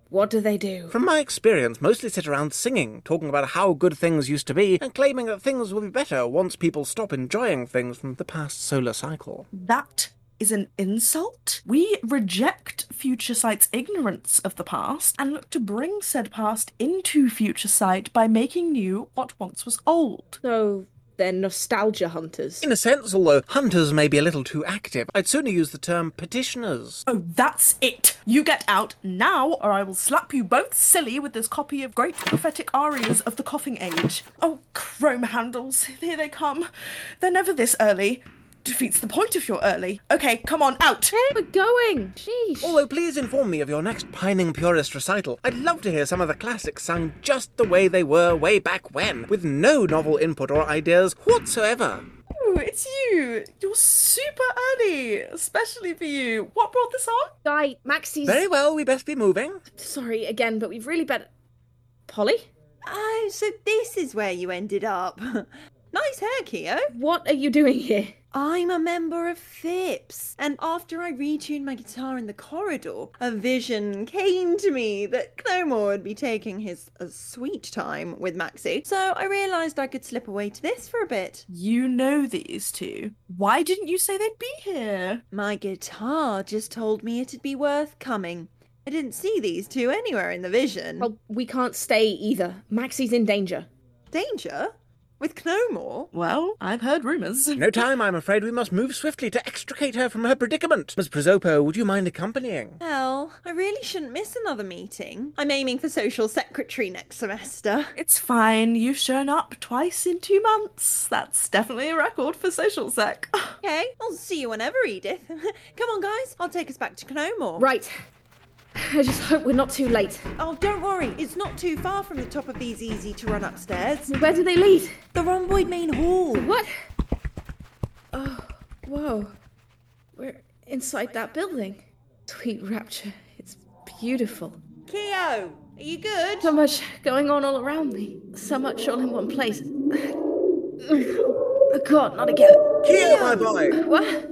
Speaker 7: what do they do?
Speaker 8: From my experience, mostly sit around singing, talking about how good things used to be, and claiming that things will be better once people stop enjoying things from the past solar cycle.
Speaker 16: That is an insult. We reject future sight's ignorance of the past and look to bring said past into future sight by making new what once was old.
Speaker 7: So, they're nostalgia hunters.
Speaker 8: In a sense, although hunters may be a little too active, I'd sooner use the term petitioners.
Speaker 16: Oh, that's it! You get out now, or I will slap you both silly with this copy of Great Prophetic Arias of the Coughing Age. Oh, chrome handles, here they come. They're never this early. Defeats the point if you're early. Okay, come on, out!
Speaker 7: Where we're going? Sheesh.
Speaker 8: Although, please inform me of your next pining purist recital. I'd love to hear some of the classics sung just the way they were way back when, with no novel input or ideas whatsoever.
Speaker 16: Oh, it's you! You're super early, especially for you. What brought this on?
Speaker 7: Guy, Maxie's.
Speaker 8: Very well, we best be moving.
Speaker 7: Sorry again, but we've really better. Polly?
Speaker 6: Oh, so this is where you ended up. (laughs) nice hair, Keo.
Speaker 7: What are you doing here?
Speaker 6: I'm a member of FIPS, and after I retuned my guitar in the corridor, a vision came to me that Clomore would be taking his uh, sweet time with Maxie, so I realised I could slip away to this for a bit.
Speaker 16: You know these two. Why didn't you say they'd be here?
Speaker 6: My guitar just told me it'd be worth coming. I didn't see these two anywhere in the vision.
Speaker 7: Well, we can't stay either. Maxie's in danger.
Speaker 6: Danger? With no more?
Speaker 16: Well, I've heard rumours.
Speaker 8: No time, I'm afraid. We must move swiftly to extricate her from her predicament. Miss Prosopo, would you mind accompanying?
Speaker 6: Hell, I really shouldn't miss another meeting. I'm aiming for social secretary next semester.
Speaker 16: It's fine. You've shown up twice in two months. That's definitely a record for social sec.
Speaker 6: Okay, I'll see you whenever, Edith. (laughs) Come on, guys, I'll take us back to Knomore.
Speaker 7: Right. I just hope we're not too late.
Speaker 6: Oh, don't worry, it's not too far from the top of these easy to run upstairs.
Speaker 7: Where do they lead?
Speaker 6: The rhomboid main hall.
Speaker 7: What? Oh, whoa. We're inside that building. Sweet rapture, it's beautiful.
Speaker 6: Keo, are you good?
Speaker 7: So much going on all around me, so much all in one place. (laughs) oh, God, not again.
Speaker 8: Keo, my boy!
Speaker 7: What?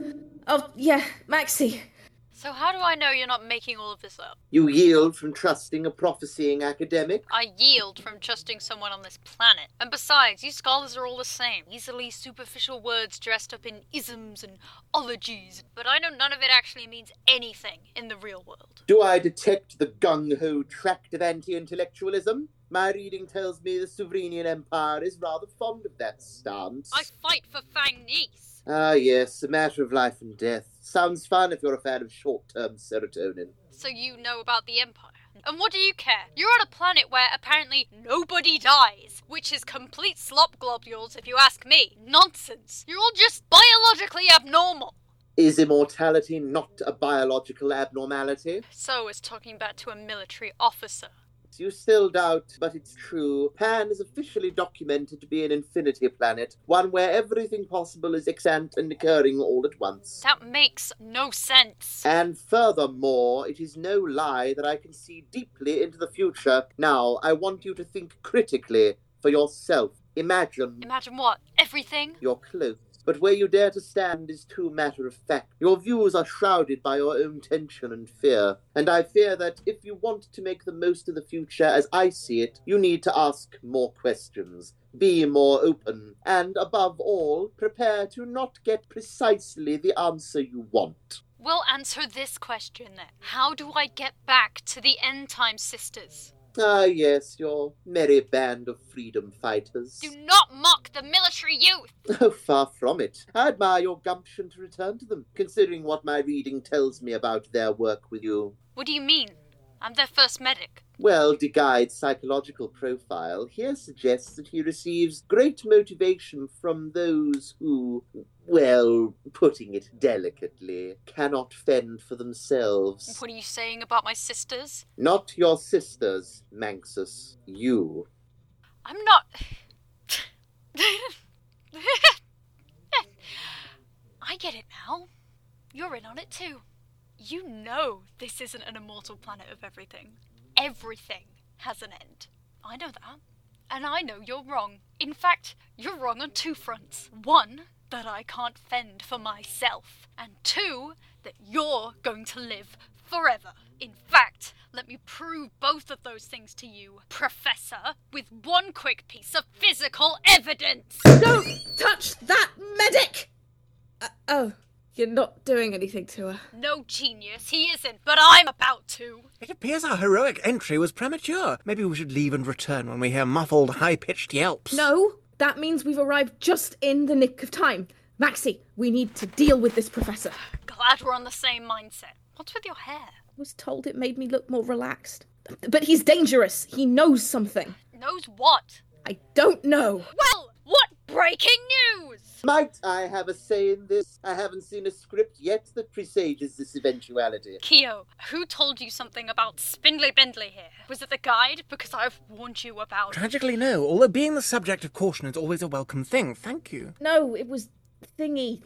Speaker 7: Oh, yeah, Maxie.
Speaker 3: So, how do I know you're not making all of this up?
Speaker 12: You yield from trusting a prophesying academic?
Speaker 3: I yield from trusting someone on this planet. And besides, you scholars are all the same easily superficial words dressed up in isms and ologies. But I know none of it actually means anything in the real world.
Speaker 12: Do I detect the gung ho tract of anti intellectualism? My reading tells me the Sovereignian Empire is rather fond of that stance.
Speaker 3: I fight for Fang Nice.
Speaker 12: Ah, yes, a matter of life and death. Sounds fun if you're a fan of short term serotonin.
Speaker 3: So, you know about the Empire. And what do you care? You're on a planet where apparently nobody dies, which is complete slop globules if you ask me. Nonsense. You're all just biologically abnormal.
Speaker 12: Is immortality not a biological abnormality?
Speaker 3: So is talking back to a military officer.
Speaker 12: You still doubt, but it's true. Pan is officially documented to be an infinity planet, one where everything possible is extant and occurring all at once.
Speaker 3: That makes no sense.
Speaker 12: And furthermore, it is no lie that I can see deeply into the future. Now, I want you to think critically for yourself. Imagine.
Speaker 3: Imagine what? Everything?
Speaker 12: You're close. But where you dare to stand is too matter of fact. Your views are shrouded by your own tension and fear, and I fear that if you want to make the most of the future as I see it, you need to ask more questions, be more open, and above all, prepare to not get precisely the answer you want.
Speaker 3: We'll answer this question then. How do I get back to the End Time Sisters?
Speaker 12: Ah, yes, your merry band of freedom fighters.
Speaker 3: Do not mock the military
Speaker 12: (laughs)
Speaker 3: youth!
Speaker 12: Oh, far from it. I admire your gumption to return to them, considering what my reading tells me about their work with you.
Speaker 3: What do you mean? I'm their first medic.
Speaker 12: Well, De Guide's psychological profile here suggests that he receives great motivation from those who, well, putting it delicately, cannot fend for themselves.
Speaker 3: What are you saying about my sisters?
Speaker 12: Not your sisters, Manxus, you.
Speaker 3: I'm not. I get it now. You're in on it too. You know this isn't an immortal planet of everything. Everything has an end. I know that. And I know you're wrong. In fact, you're wrong on two fronts. One, that I can't fend for myself. And two, that you're going to live forever. In fact, let me prove both of those things to you, Professor, with one quick piece of physical evidence.
Speaker 7: Don't touch that medic! Uh, oh, you're not doing anything to her.
Speaker 3: No genius, he isn't, but I'm about to.
Speaker 8: It appears our heroic entry was premature. Maybe we should leave and return when we hear muffled, high pitched yelps.
Speaker 7: No, that means we've arrived just in the nick of time. Maxie, we need to deal with this professor.
Speaker 3: Glad we're on the same mindset. What's with your hair?
Speaker 7: I was told it made me look more relaxed. But he's dangerous. He knows something.
Speaker 3: Knows what?
Speaker 7: I don't know.
Speaker 3: Well, what breaking news?
Speaker 12: Might I have a say in this? I haven't seen a script yet that presages this eventuality.
Speaker 3: Keo, who told you something about Spindly Bindly here? Was it the guide? Because I've warned you about.
Speaker 8: Tragically, no, although being the subject of caution is always a welcome thing, thank you.
Speaker 7: No, it was Thingy.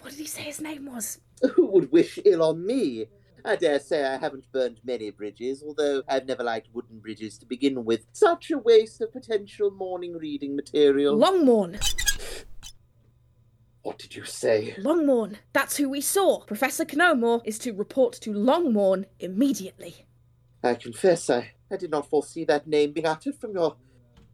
Speaker 7: What did he say his name was?
Speaker 12: Who would wish ill on me? I dare say I haven't burned many bridges, although I've never liked wooden bridges to begin with. Such a waste of potential morning reading material.
Speaker 7: Longmorn.
Speaker 12: What did you say?
Speaker 7: Longmorn. That's who we saw. Professor Knomore is to report to Longmorn immediately.
Speaker 12: I confess I, I did not foresee that name being uttered from your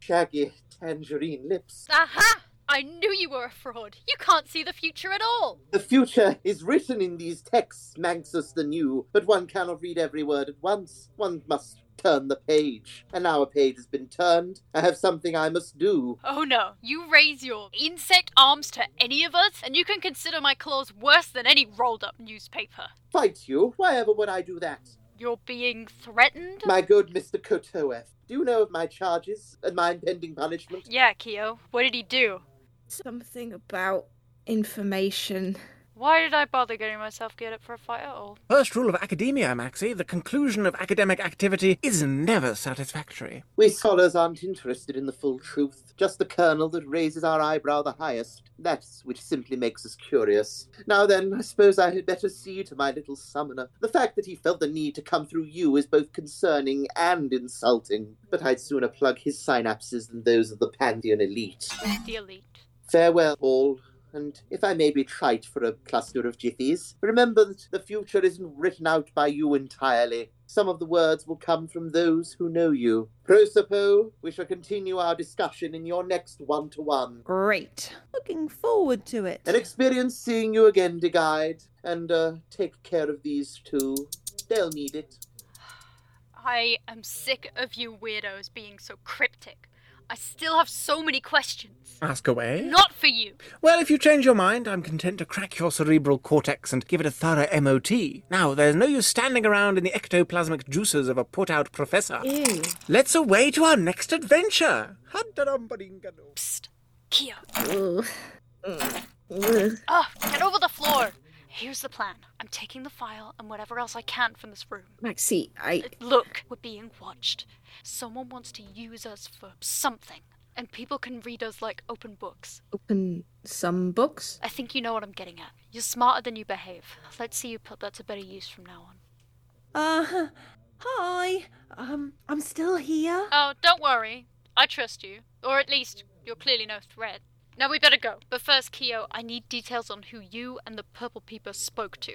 Speaker 12: shaggy tangerine lips.
Speaker 3: Aha! Uh-huh. I knew you were a fraud. You can't see the future at all.
Speaker 12: The future is written in these texts, Manxus the New, but one cannot read every word at once. One must Turn the page. And now a page has been turned. I have something I must do.
Speaker 3: Oh no, you raise your insect arms to any of us, and you can consider my claws worse than any rolled up newspaper.
Speaker 12: Fight you? Why ever would I do that?
Speaker 3: You're being threatened?
Speaker 12: My good Mr. Kotoef, do you know of my charges and my impending punishment?
Speaker 3: Yeah, Keo. What did he do?
Speaker 7: Something about information.
Speaker 3: Why did I bother getting myself geared up for a fight at all?
Speaker 8: First rule of academia, Maxie, the conclusion of academic activity is never satisfactory.
Speaker 12: We scholars aren't interested in the full truth, just the kernel that raises our eyebrow the highest. That's which simply makes us curious. Now then, I suppose I had better see to my little summoner. The fact that he felt the need to come through you is both concerning and insulting, but I'd sooner plug his synapses than those of the Pantheon elite.
Speaker 3: The elite.
Speaker 12: Farewell, all. And if I may be trite for a cluster of jiffies, remember that the future isn't written out by you entirely. Some of the words will come from those who know you. Prosopo, we shall continue our discussion in your next one to one.
Speaker 6: Great. Looking forward to it.
Speaker 12: An experience seeing you again, De Guide. And uh, take care of these two. They'll need it.
Speaker 3: I am sick of you weirdos being so cryptic. I still have so many questions.
Speaker 8: Ask away.
Speaker 3: Not for you.
Speaker 8: Well, if you change your mind, I'm content to crack your cerebral cortex and give it a thorough MOT. Now, there's no use standing around in the ectoplasmic juices of a put out professor.
Speaker 7: Ew.
Speaker 8: Let's away to our next adventure. Huddadumbuddingado.
Speaker 3: Psst. Keo.
Speaker 7: Ugh.
Speaker 3: Oh, get over the floor. Here's the plan. I'm taking the file and whatever else I can from this room.
Speaker 7: Maxie, I.
Speaker 3: Look, we're being watched. Someone wants to use us for something, and people can read us like open books.
Speaker 7: Open some books?
Speaker 3: I think you know what I'm getting at. You're smarter than you behave. Let's see you put that to better use from now on.
Speaker 6: Uh, hi. Um, I'm still here.
Speaker 3: Oh, don't worry. I trust you. Or at least, you're clearly no threat. Now we better go. But first, Keo, I need details on who you and the Purple Peeper spoke to.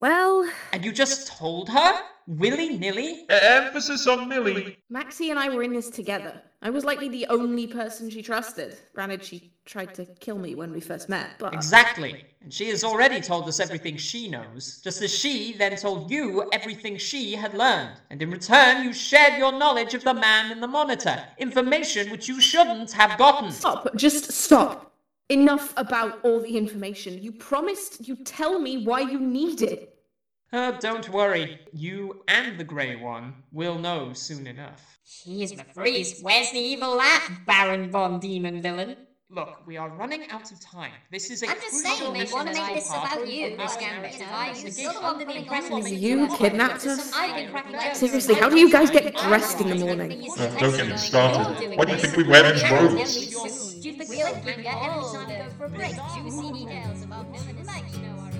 Speaker 6: Well.
Speaker 2: And you just told her? Willy nilly?
Speaker 4: Emphasis on Millie.
Speaker 7: Maxie and I were in this together. I was likely the only person she trusted. Granted, she tried to kill me when we first met, but.
Speaker 2: Exactly. And she has already told us everything she knows, just as she then told you everything she had learned. And in return, you shared your knowledge of the man in the monitor, information which you shouldn't have gotten.
Speaker 7: Stop! Just stop! Enough about all the information. You promised you'd tell me why you need it.
Speaker 2: Uh, don't worry. You and the Grey One will know soon enough.
Speaker 5: Here's the freeze. Where's the evil at, Baron Von Demon Villain?
Speaker 2: Look, we are running out of time. This is a
Speaker 5: I'm just
Speaker 2: crucial
Speaker 5: saying, they
Speaker 2: mission
Speaker 5: wanna
Speaker 2: to
Speaker 5: make
Speaker 2: our
Speaker 5: this
Speaker 2: part
Speaker 5: about
Speaker 2: of
Speaker 5: you,
Speaker 2: this
Speaker 5: Gambit.
Speaker 2: narrative
Speaker 5: I was
Speaker 2: investigation.
Speaker 5: still under the impression
Speaker 2: Well,
Speaker 5: that
Speaker 7: You kidnapped us?
Speaker 5: I've been cracking jokes.
Speaker 7: Seriously, how do you guys get dressed in the morning?
Speaker 4: Uh, don't get me started. Why do you think we wear these robes?
Speaker 5: Stupid villain can get every time we go for a break. Juicy details about villainous Maggie know our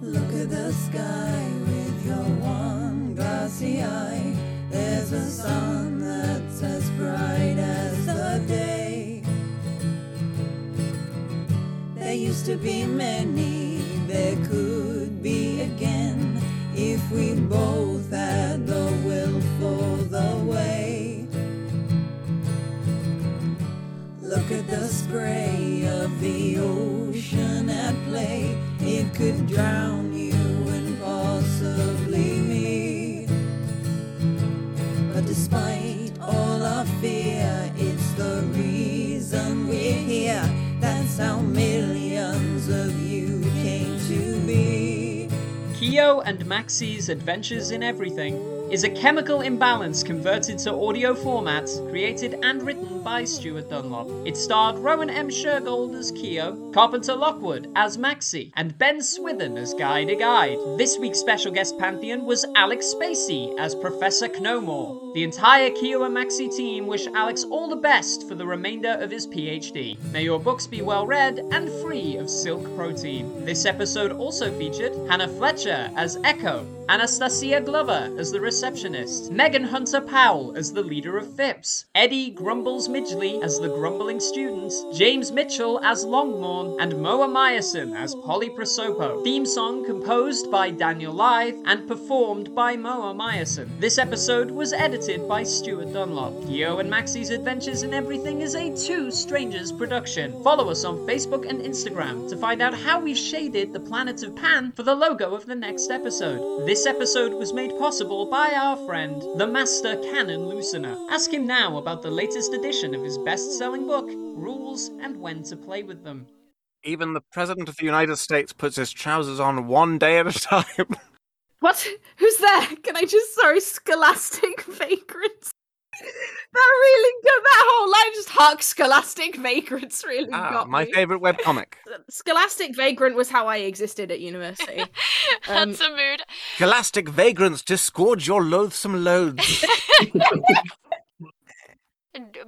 Speaker 17: Look at the sky with your one glassy eye. There's a sun that's as bright as the day. There used to be many, there could be again if we both had the will for the way. Look at the spray of the ocean at play. It could drown you and possibly me. But despite all our fear, it's the reason we're here. That's how millions of you came to be.
Speaker 2: Keo and Maxie's Adventures in Everything is a chemical imbalance converted to audio format, created and written by Stuart Dunlop. It starred Rowan M. Shergold as Keo, Carpenter Lockwood as Maxie, and Ben Swithin as Guy to Guide. This week's special guest pantheon was Alex Spacey as Professor Knomore. The entire Keo and Maxie team wish Alex all the best for the remainder of his PhD. May your books be well read and free of silk protein. This episode also featured Hannah Fletcher as Echo, Anastasia Glover as the receptionist, Megan Hunter Powell as the leader of FIPS, Eddie Grumbles Midgley as the grumbling student, James Mitchell as Longmorn, and Moa Myerson as Polly Prosopo. Theme song composed by Daniel Live and performed by Moa Myerson. This episode was edited by Stuart Dunlop. Gio and Maxie's Adventures in Everything is a Two Strangers production. Follow us on Facebook and Instagram to find out how we've shaded the planet of Pan for the logo of the next episode. This episode was made possible by our friend, the Master Canon Luciner. Ask him now about the latest edition of his best selling book, Rules and When to Play with Them.
Speaker 8: Even the President of the United States puts his trousers on one day at a
Speaker 7: (laughs)
Speaker 8: time.
Speaker 7: What? Who's there? Can I just sorry, scholastic (laughs) vagrants? that really got that whole line just hark scholastic vagrants really
Speaker 8: ah,
Speaker 7: got
Speaker 8: my
Speaker 7: me.
Speaker 8: favourite webcomic.
Speaker 7: (laughs) Scholastic vagrant was how I existed
Speaker 4: (laughs)
Speaker 7: at university. Um,
Speaker 3: That's a mood.
Speaker 8: Scholastic vagrants, disgorge your loathsome loads.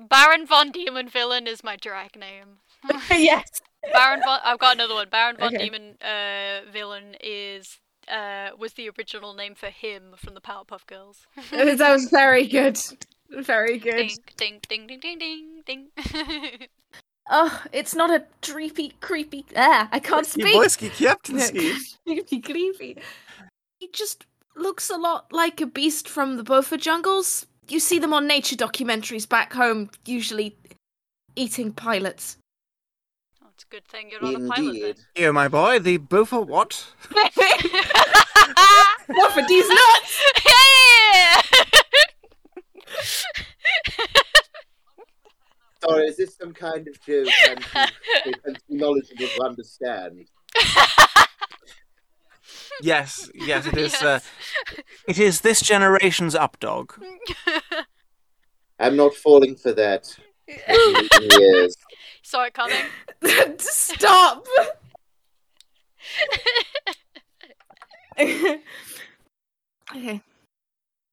Speaker 3: Baron von Demon Villain is my drag name. (laughs)
Speaker 7: (laughs) yes.
Speaker 3: Baron von I've got another one. Baron von
Speaker 7: Okay.
Speaker 3: Demon uh, Villain is uh, was the original name for him from the Powerpuff Girls.
Speaker 7: (laughs) that was very good. Very good.
Speaker 3: ding ding ding ding ding ding. (laughs)
Speaker 7: Oh, it's not a dreepy, creepy. Ah, I can't
Speaker 8: Polski,
Speaker 7: speak.
Speaker 8: Polski, Kiepczynski.
Speaker 7: (laughs) Creepy, creepy. He just looks a lot like a beast from the Bofa jungles. You see them on nature documentaries back home, usually eating pilots.
Speaker 3: it's a good thing you're on a pilot then.
Speaker 8: Here, my boy, the Bofa what?
Speaker 3: (laughs)
Speaker 7: What for these nuts?
Speaker 3: yeah!
Speaker 12: Sorry, is this some kind of
Speaker 6: (laughs)
Speaker 12: joke and too and too knowledgeable to understand?
Speaker 8: Yes, yes, it is. Uh, it is this generation's updog.
Speaker 3: (laughs)
Speaker 12: I'm not falling for that. yes.
Speaker 3: (laughs) Saw it coming. (laughs)
Speaker 7: Stop! okay.